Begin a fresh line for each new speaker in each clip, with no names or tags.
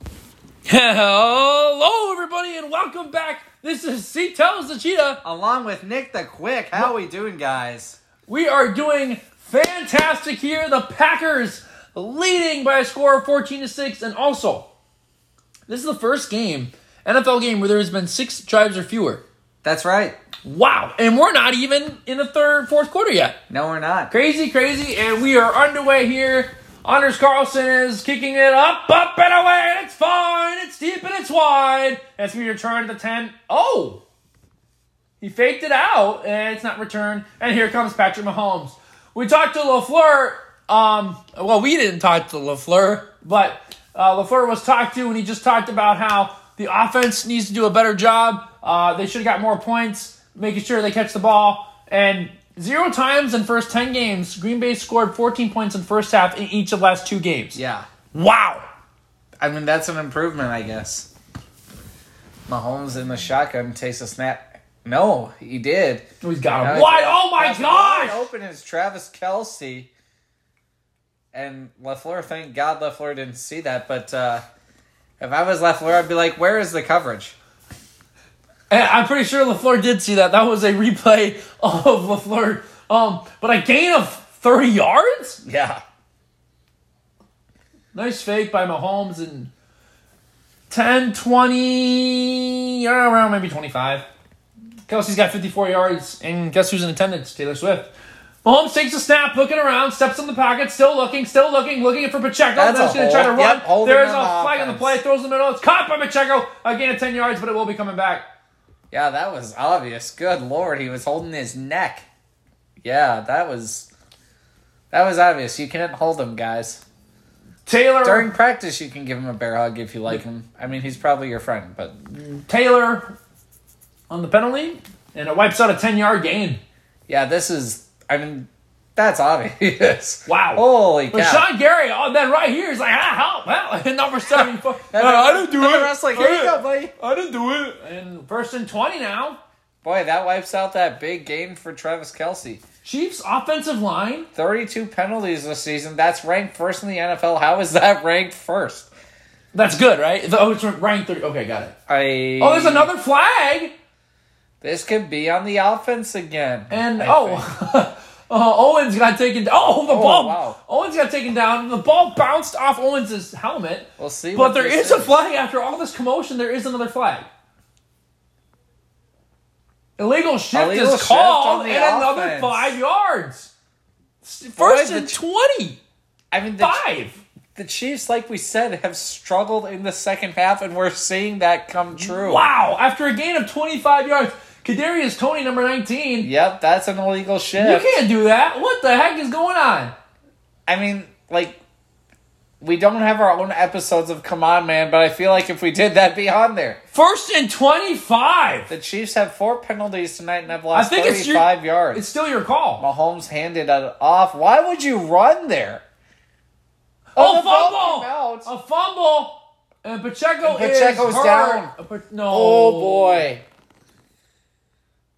Hello, everybody, and welcome back. This is C Tells the Cheetah.
along with Nick the Quick. How we doing, guys?
We are doing fantastic here. The Packers leading by a score of 14 to 6. And also, this is the first game, NFL game, where there has been six drives or fewer.
That's right.
Wow. And we're not even in the third, fourth quarter yet.
No, we're not.
Crazy, crazy. And we are underway here. Anders Carlson is kicking it up, up, and away. It's fine. It's deep and it's wide. As we return to the 10. Oh! He faked it out, and it's not returned. And here comes Patrick Mahomes. We talked to LaFleur. Um, well, we didn't talk to LaFleur, but uh, LaFleur was talked to, and he just talked about how the offense needs to do a better job. Uh, they should have got more points, making sure they catch the ball. And zero times in first 10 games, Green Bay scored 14 points in first half in each of the last two games.
Yeah.
Wow.
I mean, that's an improvement, I guess. Mahomes in the shotgun takes a snap. No, he did.
He's got
Now
him
it's-
wide. Oh, my
that's wide
gosh.
Open is Travis Kelsey. And LaFleur, thank God LaFleur didn't see that. But uh, if I was LaFleur, I'd be like, where is the coverage?
And I'm pretty sure LaFleur did see that. That was a replay of LaFleur. Um, but a gain of 30 yards?
Yeah.
Nice fake by Mahomes and 10, 20, yeah, around maybe 25. Kelsey's got 54 yards, and guess who's in attendance? Taylor Swift. Mahomes takes a snap, looking around, steps in the pocket, still looking, still looking, looking for Pacheco.
That's
That's
a
going to try to
hold.
run.
Yep, holding
There's a
on the
flag on the
offense.
play, throws in the middle. It's caught by Pacheco. A gain of 10 yards, but it will be coming back.
Yeah, that was obvious. Good lord, he was holding his neck. Yeah, that was that was obvious. You can't hold him, guys.
Taylor
During practice, you can give him a bear hug if you like him. I mean, he's probably your friend, but
Taylor on the penalty, and it wipes out a 10 yard gain.
yeah, this is. I mean, that's obvious.
Wow.
Holy
But
cow!
Sean Gary, oh, then right here, he's like, ah, help, help. And number 74.
And
"No,
the-
Uh, I didn't do
and
it.
The rest like,
I
here you
didn't-
go, buddy.
I didn't do it. And first and 20 now.
Boy, that wipes out that big game for Travis Kelsey.
Chiefs offensive line.
Thirty-two penalties this season. That's ranked first in the NFL. How is that ranked first?
That's good, right? The- oh, it's ranked 30. Okay, got it.
I.
Oh, there's another flag.
This could be on the offense again.
And
I
oh,
think.
uh, Owens got taken. Oh, the ball.
wow.
Owens got taken down. The ball bounced off Owens' helmet.
we'll see.
But
what
there
this
is a flag after all this commotion. There is another flag. Illegal shift
Illegal
is
shift
called
on the
and another
offense.
five yards. S-
Boy,
First
the
and
Ch-
twenty
I mean, the,
five.
the Chiefs, like we said, have struggled in the second half, and we're seeing that come true.
Wow! After a gain of twenty five yards, Kadarius Tony, number nineteen.
Yep, that's an illegal
You
shift.
can't do that. What the heck is going on?
I mean, like, we don't have our own episodes of Come On Man, but I feel like if we did, that'd be on there.
First and twenty five.
The Chiefs have four penalties tonight and have
I
lost
think it's your,
35 yards.
It's still your call.
Mahomes handed it off. Why would you run there?
Oh,
the ball
fumble!
came out.
A fumble. And Pacheco
And Pacheco's
is hurt.
down.
Uh, but- No.
Oh boy.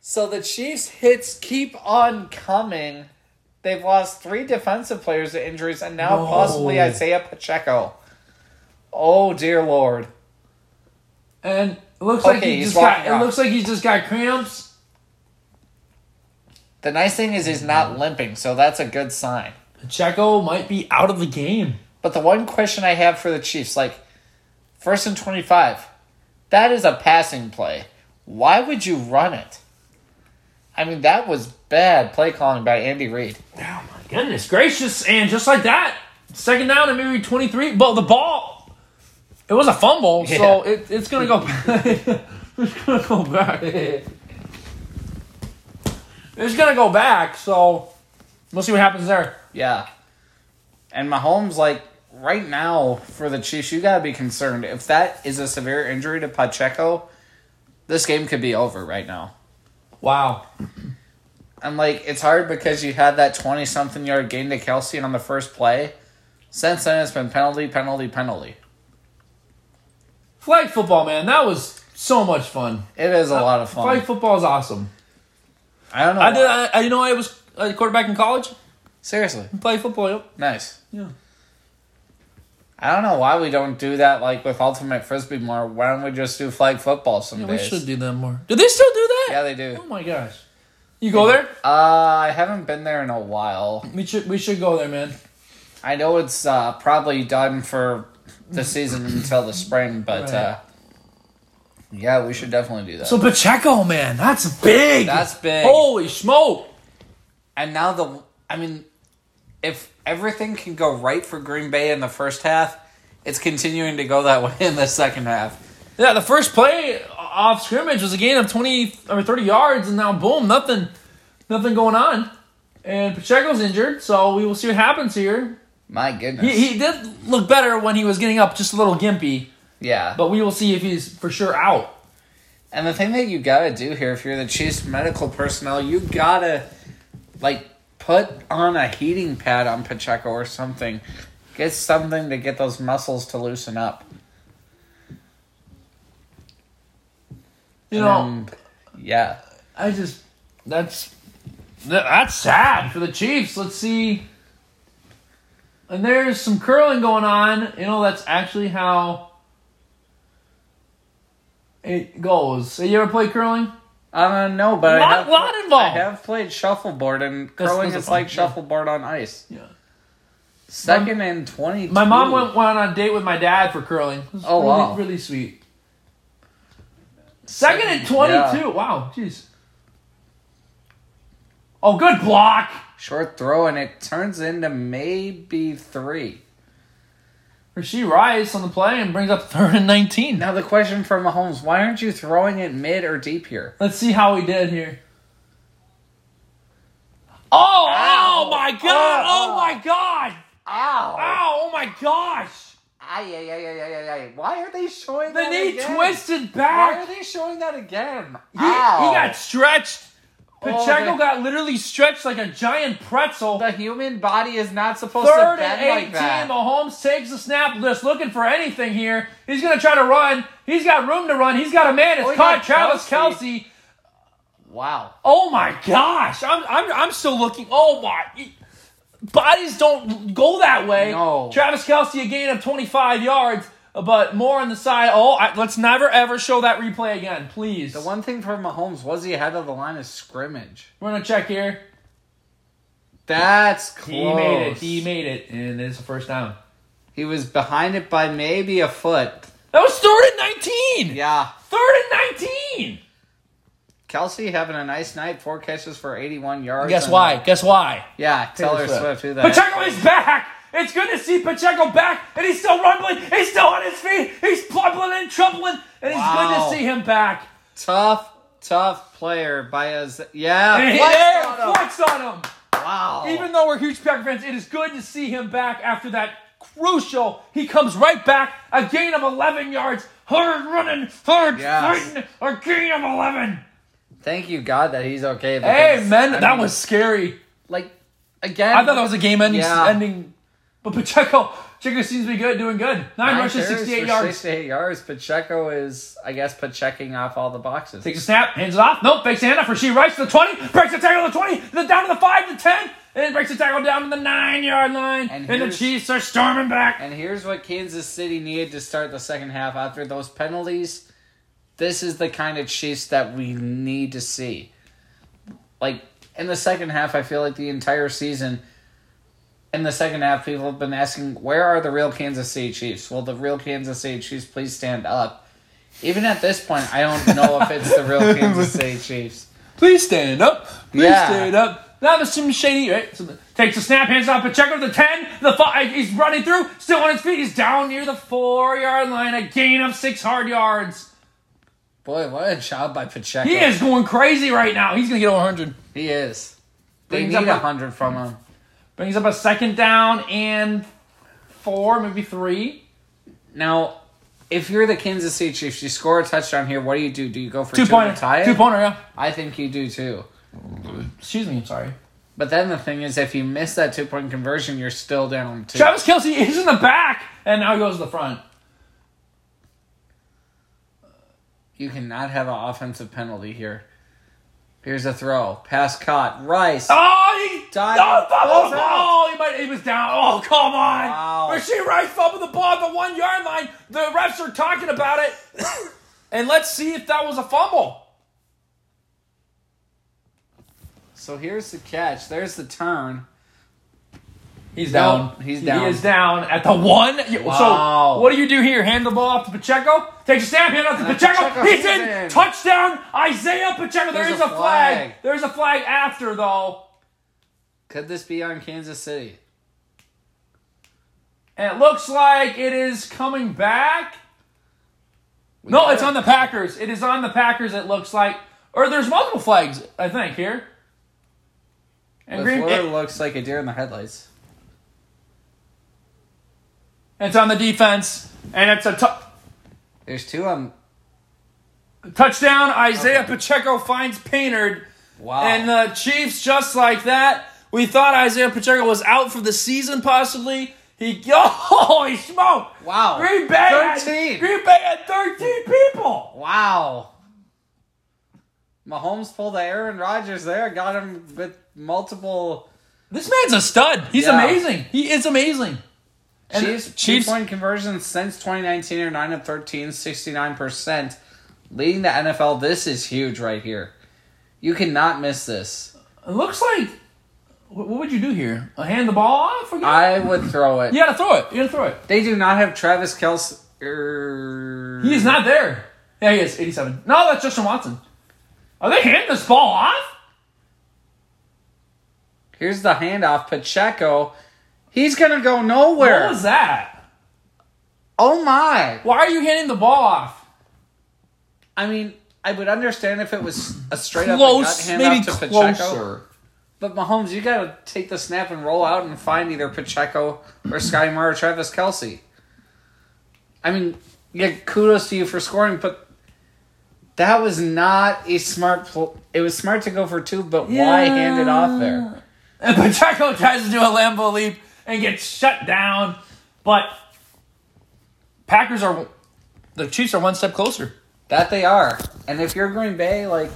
So the Chiefs hits keep on coming. They've lost three defensive players to injuries and now
No.
possibly Isaiah Pacheco. Oh dear lord.
And it looks like
Okay,
he
he's
just got.
walking
It
off.
looks like he just got cramps.
The nice thing is he's not limping, so that's a good sign.
Pacheco might be out of the game.
But the one question I have for the Chiefs, like first and twenty five, that is a passing play. Why would you run it? I mean that was bad play calling by Andy Reid.
Oh my goodness gracious! And just like that, second down and maybe twenty three. Well, the ball. It was a fumble, so
Yeah.
it, it's gonna go. it's gonna go back. It's gonna go back. So we'll see what happens there.
Yeah. And Mahomes, like, right now for the Chiefs, you got to be concerned. If that is a severe injury to Pacheco, this game could be over right now.
Wow.
And, like, it's hard because you had that 20 something yard gain to Kelsey on the first play. Since then, it's been penalty, penalty, penalty.
Flag football, man. That was so much fun.
It is a lot of fun.
Flag football is awesome.
I don't know.
I did.
why.
I, I you know I was a quarterback in college.
Seriously.
Play football. Yep.
Nice.
Yeah.
I don't know why we don't do that like with ultimate frisbee more. Why don't we just do flag football some
Yeah, we
days?
should do that more. Do they still do that?
Yeah, they do.
Oh my gosh. You go there?
Uh, I haven't been there in a while.
We should we should go there, man.
I know it's uh, probably done for the season until the spring, but
Right.
uh, yeah, we should definitely do that.
So Pacheco, man, that's big.
That's big.
Holy smoke!
and now the, I mean, if everything can go right for Green Bay in the first half, it's continuing to go that way in the second half.
Yeah, the first play off scrimmage was a gain of twenty or thirty yards, and now boom, nothing, nothing going on. And Pacheco's injured, so we will see what happens here.
My goodness.
He, he did look better when he was getting up, just a little gimpy,
yeah.
but we will see if he's for sure out.
And the thing that you gotta do here, if you're the Chiefs medical personnel, you gotta like put on a heating pad on Pacheco or something. Get something to get those muscles to loosen up.
You know,
And, yeah.
I just that's that- that's sad for the Chiefs. Let's see. And there's some curling going on. You know, that's actually how it goes. You ever play curling?
Uh no, but I
Lot-
have,
lot involved.
I have played shuffleboard and
That's-
curling
that's
is like
fun, yeah.
shuffleboard on ice.
Yeah.
Second and twenty.
My mom went, went on a date with my dad for curling. It was
Oh,
really,
wow.
really sweet. Second and 22.
Yeah.
Wow, jeez. Oh, good block.
short throw and it turns into maybe three.
Rasheed Rice on the play and brings up third and 19.
Now the question for Mahomes, why aren't you throwing it mid or deep here?
Let's see how we did here. Oh,
Ow.
oh my god!
Oh,
Oh,
oh.
my god!
Ow!
Ow, oh my gosh!
Ay, ay, ay, ay, ay, ay, ay. Why are they showing
The
that
knee
again?
twisted
Why are
back.
they showing that again?
He, he got stretched.
Oh,
Pacheco
the-
got literally stretched like a giant pretzel.
The human body is not supposed
Third
to
and
bend
18.
like that.
Mahomes takes the snap, just looking for anything here. He's going to try to run. He's got room to run. He's got a man. It's
Oh, he
caught
got
Travis
Kelsey.
Kelsey.
Wow.
Oh my gosh! I'm I'm I'm still looking. Oh my, bodies don't go that way.
No.
Travis Kelsey a gain of 25 yards, but more on the side. Oh, I, let's never ever show that replay again, please.
The one thing for Mahomes was he ahead of the line of scrimmage.
We're gonna check here.
That's close.
He made it. He made it, and it's a first down.
He was behind it by maybe a foot.
That was third and 19.
Yeah.
Third and 19.
Kelsey having a nice night. Four catches for 81 yards.
Guess
and-
why? Guess why?
Yeah, Taylor
Taylor Swift.
Swift. Who the heck-
Pacheco is back. It's good to see Pacheco back, and he's still rumbling. He's still on his feet. He's plumbling and troubling, and it's
Wow.
good to see him back.
Tough, tough player by us. Yeah.
And he
flexed
there,
on him.
flexed on him.
Wow.
Even though we're huge Packer fans, it is good to see him back after that crucial. He comes right back, a gain of 11 yards, hard running, hard
Yes.
fighting, a gain of 11.
Thank you, God, that he's okay. because,
Hey, man,
I
that
mean,
was scary.
like again.
I thought that was a game ending.
Yeah.
ending. But Pacheco, Pacheco seems to be good, doing good. Nine, rushes,
carries
68
for
yards.
68 yards. Pacheco is, I guess, Pachecking off all the boxes.
Takes a snap, hands it off. Nope, fakes the handoff for She Rice to the 20, breaks the tackle to the 20, then down to the 5, to 10, and breaks the tackle down to the 9 yard line. And,
And
the
here's-
Chiefs are storming back.
And here's what Kansas City needed to start the second half after those penalties. This is the kind of Chiefs that we need to see. Like in the second half, I feel like the entire season. In the second half, people have been asking, "Where are the real Kansas City Chiefs?" Will the real Kansas City Chiefs please stand up? Even at this point, I don't know if it's the real Kansas City Chiefs.
Please stand up. Please
Yeah.
stand up. Now there's some shady, right? Some, takes a snap, hands off Pacheco to the 10, the 5. He's running through, still on his feet. He's down near the 4 yard line, a gain of 6 hard yards.
Boy, what a job by Pacheco!
He is going crazy right now. He's going to get over 100.
He is. They
Brings
need
up a-
a hundred from him.
Brings up a second down and four, maybe three.
Now, if you're the Kansas City Chiefs, you score a touchdown here. What do you do? Do you go for two,
Two pointer.
to tie it?
Two pointer, yeah.
I think you do too.
Excuse me, I'm sorry.
But then the thing is, if you miss that two point conversion, you're still down two.
Travis Kelsey is in the back, and now he goes to the front.
You cannot have an offensive penalty here. Here's a throw, pass caught, Rice.
Oh,
diving.
No, fumble
balls
the
out.
ball. He, might, he was down. Oh, come on.
Wow.
Rasheed Rice fumbled the ball at the one yard line. The refs are talking about it. Oh. and let's see if that was a fumble.
So here's the catch. There's the turn.
He's
Nope, he's down.
He is down at the one. Yeah,
Wow.
So what do you do here? Hand the ball off to Pacheco. Takes a snap, hand off to
And
Pacheco.
Pacheco
He's
hits
in.
it in.
Touchdown, Isaiah Pacheco. There
There's
is
a
a flag.
flag.
There's a flag after though,
Could this be on Kansas City?
and it looks like it is coming back. no,
got
it's
it.
on the Packers. It is on the Packers. It looks like, or there's multiple flags. I think here. And
The
Green,
floor
it,
looks like a deer in the headlights.
it's on the defense, and it's a tou-
There's two of them.
touchdown. Isaiah Pacheco finds Painter.
Wow.
And the Chiefs, just like that, we thought Isaiah Pacheco was out for the season, possibly. He, oh, holy smoke!
Wow.
Green Bay, had-
13.
Green Bay had 13 people.
wow. Mahomes pulled the Aaron Rodgers there. Got him with multiple
This man's a stud. He's
Yeah.
amazing. He is amazing. And
Chiefs,
Chiefs-
two-point conversions since 2019 are 9 of 13, 69%. Leading the NFL, this is huge right here. You cannot miss this.
It looks like. wh- What would you do here? Uh, Hand the ball off again?
I would throw it.
you gotta throw it. You gotta throw it.
They do not have Travis Kelce. er,
He's not there. Yeah, he is. 87. No, that's Justin Watson. Are they handing this ball off?
Here's the handoff. Pacheco. He's going to go
What
nowhere.
was that?
oh, my.
Why are you handing the ball off?
I mean, I would understand if it was a straight
Close,
up
maybe
handoff to Pacheco.
closer.
But Mahomes, you got to take the snap and roll out and find either Pacheco or Sky Moore or Travis Kelsey. I mean, yeah, kudos to you for scoring, but that was not a smart. Pl- it was smart to go for two, but why hand it off there?
And Pacheco tries to do a Lambo leap and gets shut down. But Packers are the Chiefs are one step closer.
That they are, and if you're Green Bay, like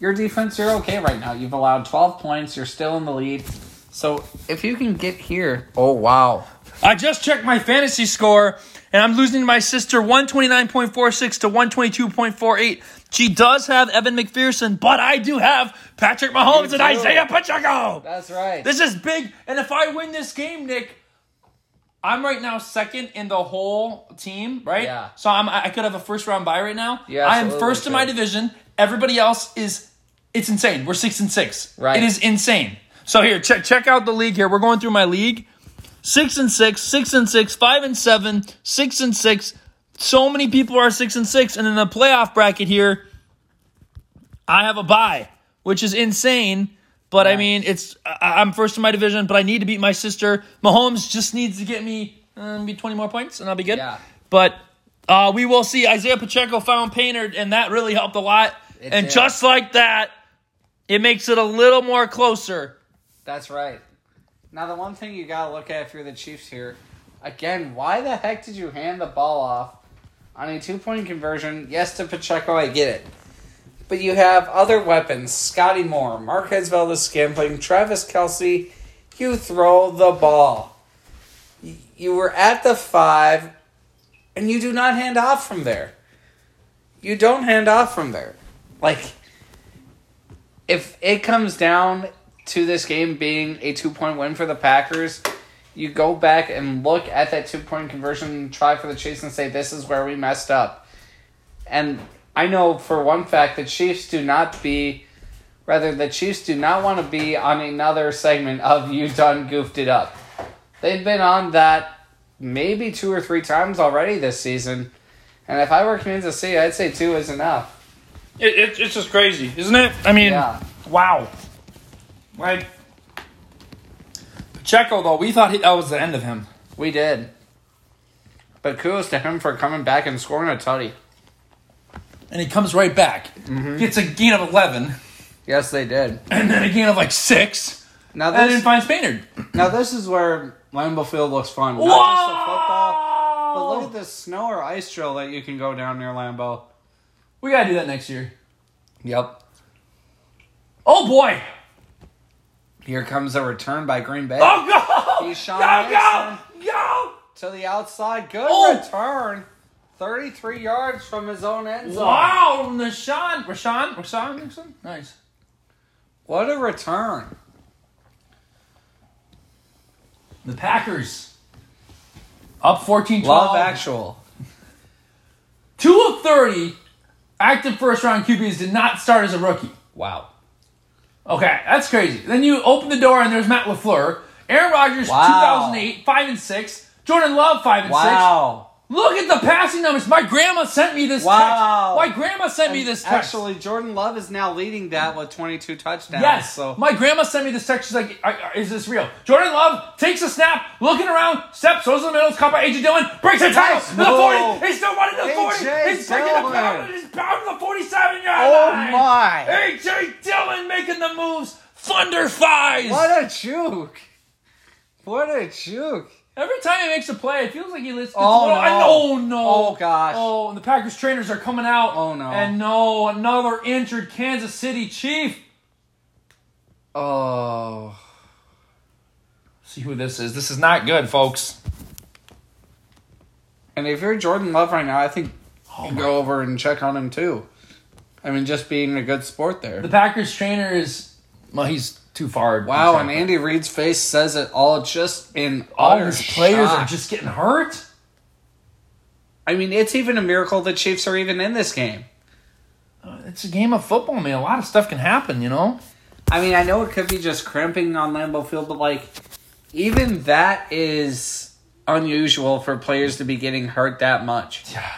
your defense, you're okay right now. You've allowed 12 points. You're still in the lead. So if you can get here, oh wow,
I just checked my fantasy score and I'm losing to my sister 129.46 to 122.48. She does have Evan McPherson, but I do have Patrick Mahomes
You
and
do.
Isaiah Pacheco.
that's right.
This is big. And if I win this game, Nick, I'm right now second in the whole team, right?
Yeah.
So I'm I could have a first round bye right now.
Yeah,
I am
absolutely
first in my
could.
division. Everybody else is it's insane. We're six and six.
Right.
It is insane. So here, check check out the league here. We're going through my league. Six and six, six and six, five and seven, six and six. So many people are six and six, and in the playoff bracket here, I have a bye, which is insane. But I mean, it's I, I'm first in my division, but I need to beat my sister. Mahomes just needs to get me uh, maybe 20 more points, and I'll be good.
Yeah.
But uh, we will see. Isaiah Pacheco found Painter, and that really helped a lot.
It
and
did.
just like that, it makes it a little more closer.
That's right. Now the one thing you gotta look at if you're the Chiefs here, again, why the heck did you hand the ball off on a two point conversion? Yes to Pacheco, I get it. But you have other weapons, Scotty Moore, Marquez Valdez Scantling, Travis Kelsey, you throw the ball. Y- You were at the five and you do not hand off from there. You don't hand off from there. Like if it comes down to this game being a two point win for the Packers, you go back and look at that two point conversion, and try for the Chiefs, and say this is where we messed up. And I know for one fact the Chiefs do not be, rather the Chiefs do not want to be on another segment of you done goofed it up. They've been on that maybe two or three times already this season, and if I were Kansas City, I'd say two is enough.
It, it, it's just crazy, isn't it? I mean,
Yeah.
wow. Like, Pacheco, though, we thought he, that was the end of him.
We did. But kudos to him for coming back and scoring a tutty.
And he comes right back.
Mm-hmm.
Gets a gain of 11,
Yes, they did.
and then a gain of like 6,
Now
and then
this,
finds Maynard.
now this is where Lambeau Field looks fun. Not just the football, but look at this snow or ice drill that you can go down near Lambeau.
We gotta do that next year.
Yep.
Oh boy!
Here comes a return by Green Bay.
Oh, go!
He's Sean
go, go! Go!
To the outside. Good
Oh!
return. 33 yards from his own end zone.
Wow, Nashawn. Rashawn? Rashawn Nixon? Nice.
What a return.
The Packers. Up 14
Love actual.
Two of 30 active first round QBs did not start as a rookie.
Wow.
Okay, that's crazy. Then you open the door and there's Matt LaFleur. Aaron Rodgers,
Wow.
2008, 5 and 6. Jordan Love, 5 and 6.
Wow.
Look at the passing numbers. My grandma sent me this
Wow.
text. My grandma sent me this text.
Actually, Jordan Love is now leading that with 22 touchdowns.
Yes.
So
My grandma sent me this text. She's like, "I- I- "Is this real?" Jordan Love takes a snap, looking around, steps, throws in the middle, is caught by AJ Dillon, breaks a tackle
Yes,
to the
no.
forty. He's still running to the
A.J.
forty. He's taking a
Dillon.
pound. He's pounding the forty-seven yard
Oh,
line.
my.
AJ Dillon making the moves. Thunder thighs.
what a juke. What a juke.
Every time he makes a play, it feels like he listens.
Oh,
I
no.
know, no.
Oh, gosh.
Oh, and the Packers trainers are coming out.
Oh, no.
And no, another injured Kansas City Chief.
Oh.
See who this is. This is not good, folks.
And if you're Jordan Love right now, I think
Oh
you go over and check on him too. I mean, just being a good sport there.
The Packers trainer is well, he's too far.
Wow, and
He's-
Andy Reid's face says it all just in
all
utter
his players
shock.
are just getting hurt.
I mean, it's even a miracle the Chiefs are even in this game.
Uh, It's a game of football, man. A lot of stuff can happen, you know.
I mean, I know it could be just crimping on Lambeau Field, but like, even that is unusual for players to be getting hurt that much.
Yeah.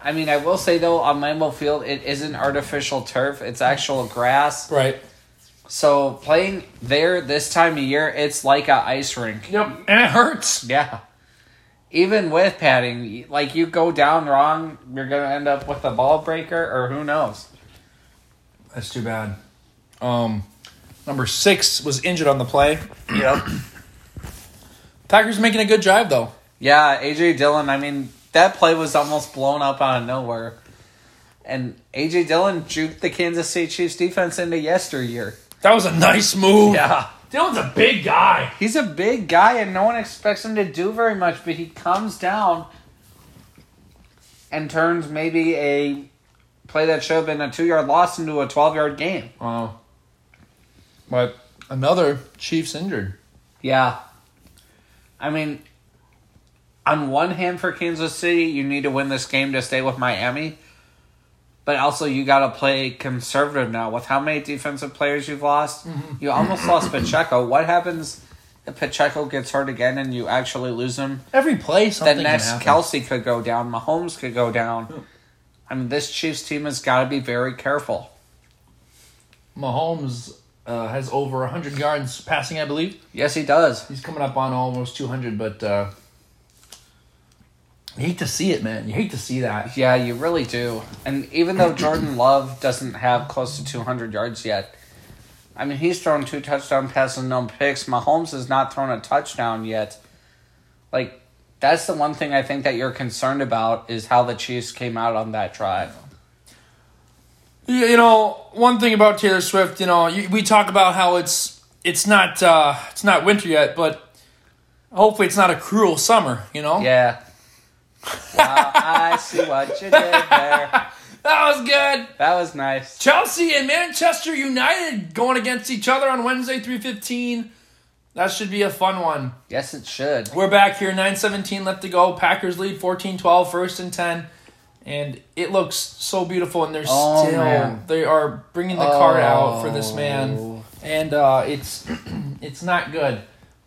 I mean, I will say though, on Lambeau Field, it isn't artificial turf; it's actual grass.
Right.
So playing there this time of year, it's like a ice rink.
Yep. And it hurts.
Yeah. Even with padding, like you go down wrong, you're gonna end up with a ball breaker, or who knows?
That's too bad. Um, number six was injured on the play.
Yep.
Packers making a good drive though.
Yeah, AJ Dillon. I mean, that play was almost blown up out of nowhere, and AJ Dillon juked the Kansas City Chiefs defense into yesteryear.
That was a nice move.
Yeah,
Dylan's a big guy.
he's a big guy, and no one expects him to do very much, but he comes down and turns maybe a play that should have been a two-yard loss into a twelve-yard game.
Wow. But another Chiefs injured.
Yeah. I mean, on one hand, for Kansas City, you need to win this game to stay with Miami. But also, you got to play conservative now with how many defensive players you've lost. You almost lost Pacheco. What happens if Pacheco gets hurt again and you actually lose him?
Every play,
Then
something
next, Kelsey could go down. Mahomes could go down. I mean, this Chiefs team has got to be very careful.
Mahomes uh, has over 100 yards passing, I believe.
Yes, he does.
He's coming up on almost 200, but uh, you hate to see it, man. You hate to see that.
Yeah, you really do. And even though Jordan Love doesn't have close to 200 yards yet, I mean, he's thrown two touchdown passes and no picks. Mahomes has not thrown a touchdown yet. Like, that's the one thing I think that you're concerned about is how the Chiefs came out on that drive.
You, you know, one thing about Taylor Swift, you know, you, we talk about how it's it's not uh, it's not winter yet, but hopefully it's not a cruel summer. You know,
Yeah. wow, I see what you did there.
that was good.
That was nice.
Chelsea and Manchester United going against each other on Wednesday, 3:15. That should be a fun one.
Yes, it should.
We're back here, 917 left to go. Packers lead 14-12, first and 10. And it looks so beautiful and they're
Oh,
still
man. Oh.
they are bringing the card out for this man. And uh, it's it's not good.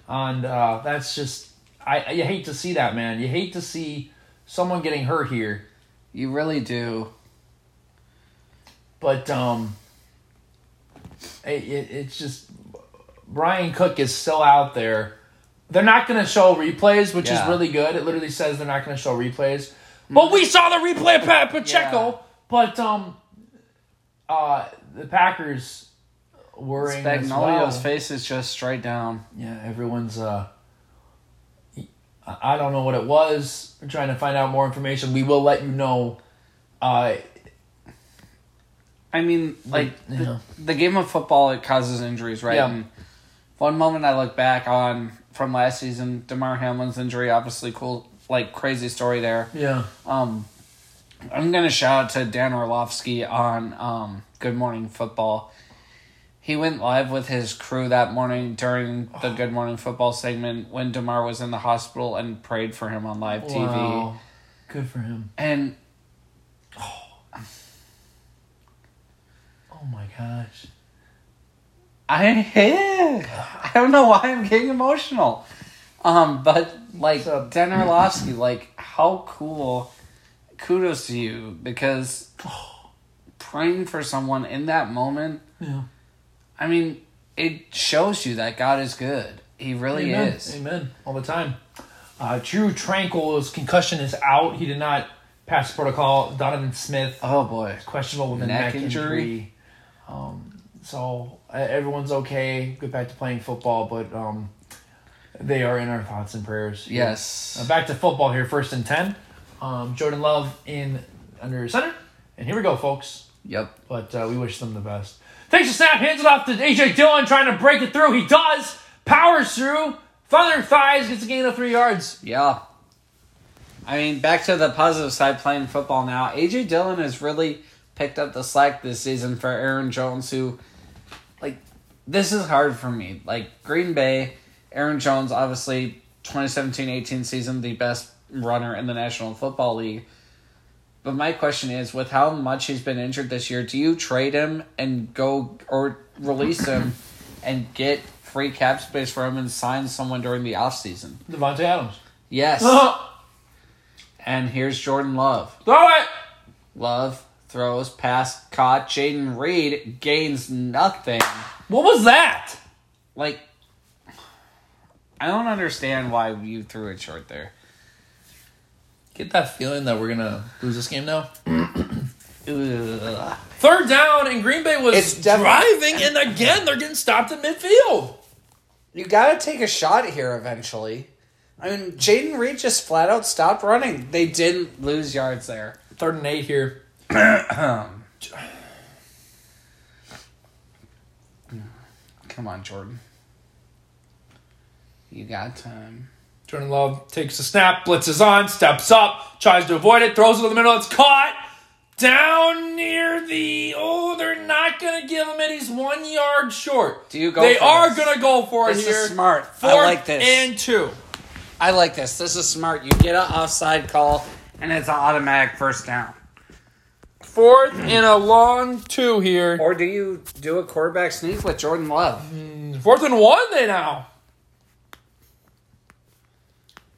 And uh, that's just I, I you hate to see that, man. You hate to see someone getting hurt here.
You really do.
But um, it, it, it's just Brian Cook is still out there. They're not going to show replays, which
Yeah. Mm-hmm.
is really good. It literally says they're not going to show replays. But we saw the replay of Pat Pacheco.
Yeah.
But um, uh, the Packers worrying as well.
Spagnolo's face is just straight down.
Yeah, everyone's. uh I I don't know what it was. We're trying to find out more information. We will let you know. Uh,
I mean, like
yeah.
the, the game of football, it causes injuries, right?
Yeah.
And one moment I look back on from last season, Demar Hamlin's injury, obviously cool, like crazy story there.
Yeah.
Um, I'm gonna shout out to Dan Orlovsky on um, Good Morning Football. He went live with his crew that morning during the
Oh.
Good Morning Football segment when Demar was in the hospital and prayed for him on live TV.
Wow. Good for him.
And
Oh my gosh.
I I don't know why I'm getting emotional. Um, but like
So-
Dan Orlovsky, like how cool. Kudos to you because praying for someone in that moment.
Yeah.
I mean, it shows you that God is good. He really
Amen.
is.
Amen. All the time. Uh, Drew Tranquil's concussion is out. He did not pass protocol. Donovan Smith uh,
Oh boy.
questionable with a neck,
Neck
injury.
injury.
Um, so uh, everyone's okay. Get back to playing football, but um, they are in our thoughts and prayers. here. Uh,
Yes.
back to football here, first and ten. Um, Jordan Love in under center, and here we go, folks.
Yep.
But uh, we wish them the best. Takes a snap, hands it off to AJ Dillon, trying to break it through. He does, powers through, feather thighs, gets a gain of three yards.
Yeah. I mean, back to the positive side playing football now. AJ Dillon has really picked up the slack this season for Aaron Jones, who, like, this is hard for me. Like, Green Bay, Aaron Jones, obviously, 2017 18 season, the best runner in the National Football League. But my question is with how much he's been injured this year, do you trade him and go or release him and get free cap space for him and sign someone during the offseason?
Devontae Adams.
Yes.
Oh,
And here's Jordan Love.
throw it.
Love throws pass caught. Jaden Reed gains nothing.
What was that?
Like, I don't understand why you threw it short there.
Get that feeling that we're gonna lose this game now.
Ugh.
Third down, and Green Bay was
It's defi-
driving, and again they're getting stopped at midfield.
You gotta take a shot here eventually.
I mean, Jaden Reed just flat out stopped running. They didn't lose yards there.
Third and eight here.
Come on, Jordan. You got time.
Jordan Love takes the snap, blitzes on, steps up, tries to avoid it, throws it in the middle. It's caught down near the. Oh, they're not gonna give him it. He's one yard short.
Do you go
They
for
are
this?
gonna go for it
This
here.
is smart.
Fourth
I like this.
and two.
I like this. This is smart. You get an offside call, and it's an automatic first down.
Fourth and a long two here.
Or do you do a quarterback sneak with Jordan Love?
Mm-hmm. Fourth and one. They now.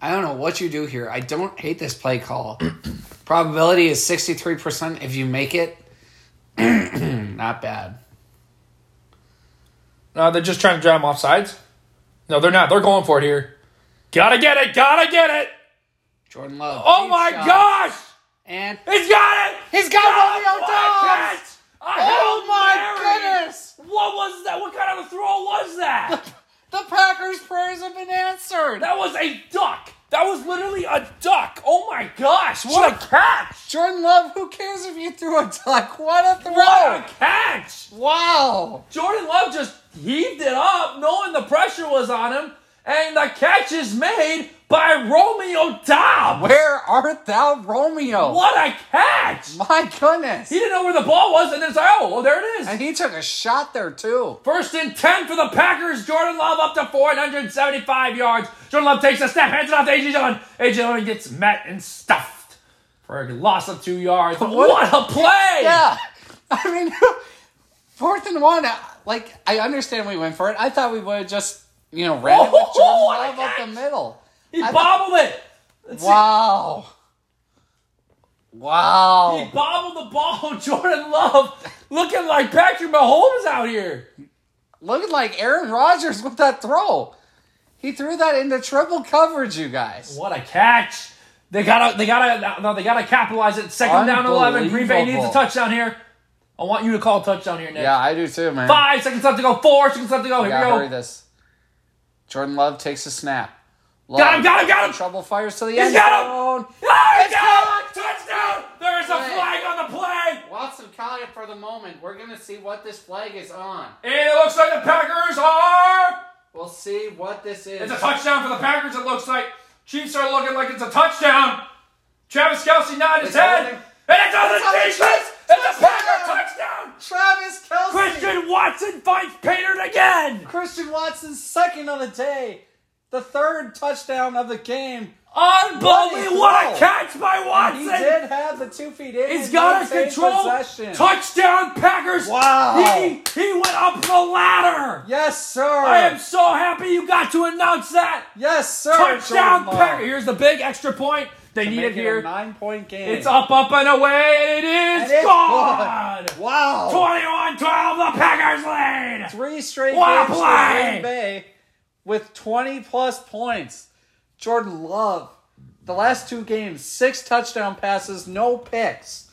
I don't know what you do here. I don't hate this play call. Probability is 63% if you make it. Not bad.
No, they're just trying to drive him off sides. No, they're not. They're going for it here. Gotta get it. Gotta get it.
Jordan Love.
Oh
deep
my
shot.
gosh!
And
He's got it.
He's got Romeo
watch
Dobbs!
it! A Hail
Oh my
Mary!
goodness!
What was that? What kind of a throw was that?
The Packers' prayers have been answered.
that was a duck. That was literally a duck. Oh my gosh! What a catch!
Jordan Love, who cares if you threw a duck? What a throw!
What a catch!
Wow!
Jordan Love just heaved it up, knowing the pressure was on him, and the catch is made by Romeo Dobbs.
Where art thou, Romeo?
What a catch!
My goodness!
He didn't know where the ball was, and then it's like, oh, well, there it is.
and he took a shot there, too.
First and 10 for the Packers. Jordan Love up to 475 yards. Jordan Love takes a snap, hands it off to A.J. Dillon. A.J. Dillon gets met and stuffed for a loss of two yards. What, a play!
Yeah. I mean, fourth and one, uh, like, I understand we went for it. I thought we would have just, you know, ran it with
Oh,
Jordan
what a
Love up the
catch.
middle.
He
I-
bobbled it. Let's see.
Wow.
He
Wow.
bobbled the ball. Jordan Love looking like Patrick Mahomes out here.
Looking like Aaron Rodgers with that throw. He threw that into triple coverage, you guys.
What a catch! They gotta, they gotta, no, they gotta capitalize it. Second down, eleven. Green Bay needs a
Unbelievable.
touchdown here. I want you to call a touchdown here, Nick.
Yeah, I do too, man.
Five seconds left to go. Four seconds left to go. Here
Yeah,
we
hurry
go.
this. Jordan Love takes a snap. Love
Got him! Got him! Got him!
Trouble fires to the
He's
end
got him!
zone.
Oh,
It's caught!
Touchdown! There is a
Play.
flag on the play!
Watson caught it for the moment. We're gonna see what this flag is on.
And it looks like the Packers are
We'll see what this is.
It's a touchdown for the Packers, it looks like. Chiefs are looking like it's a touchdown. Travis Kelsey nodded his
It's
head.
over.
And it's on
It's on the
the defense!
Chiefs!
It's a Packer touchdown!
Touchdown! Travis Kelsey.
Christian Watson fights Payton again!
Christian Watson's second on the day. The third touchdown of the game.
Unbelievable! What
What a
a catch by
He
Watson!
did have the two feet in.
He's
and
got his
maintained
control!
possession.
Touchdown Packers!
Wow.
He, he went up the ladder!
Yes, sir.
I am so happy you got to announce that!
Yes, sir.
Touchdown
Jordan Love.
Packers! Here's the big extra point they
Make
needed
it a
here.
nine-point game.
It's up, up, and away, and it is
And it's
gone!
Wow.
21 12, the Packers lead!
Three straight
What a
games for
play!
Green Bay with 20 plus points. Jordan Love, the last two games, six touchdown passes, no picks.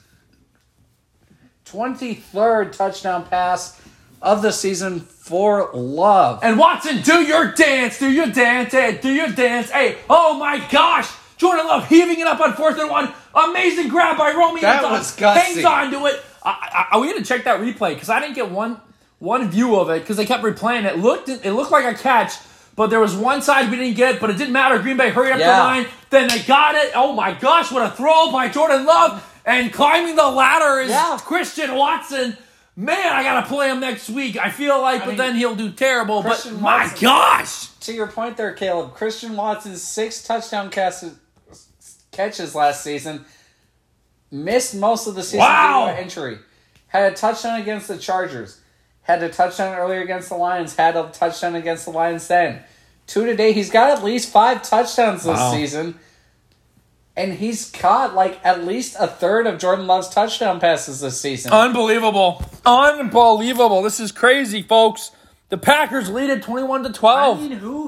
23rd touchdown pass of the season for Love.
And Watson, do your dance, do your dance, hey, do your dance. Hey, oh my gosh! Jordan Love heaving it up on fourth and one. Amazing grab by Romeo.
That
Dobbs.
was gutsy.
Hangs on to it. I, I, I- we had to check that replay because I didn't get one one view of it because they kept replaying it. looked It looked like a catch, but there was one side we didn't get. But it didn't matter. Green Bay hurried up the
Yeah.
line. Then they got it. Oh my gosh! What a throw by Jordan Love! And climbing the ladder is
Yeah.
Christian Watson. Man, I gotta play him next week. I feel like, but
mean,
then he'll do terrible.
Christian
but my
Watson-
gosh!
To your point there, Caleb, Christian Watson's six touchdown casses, catches last season missed most of the season
Wow.
due to injury. Had a touchdown against the Chargers. Had a touchdown earlier against the Lions. Had a touchdown against the Lions then. Two today. He's got at least five touchdowns this
Wow.
season. And he's caught like at least a third of Jordan Love's touchdown passes this season.
Oh. Unbelievable. Unbelievable. This is crazy, folks. The Packers lead at 21 to 12.
I mean, who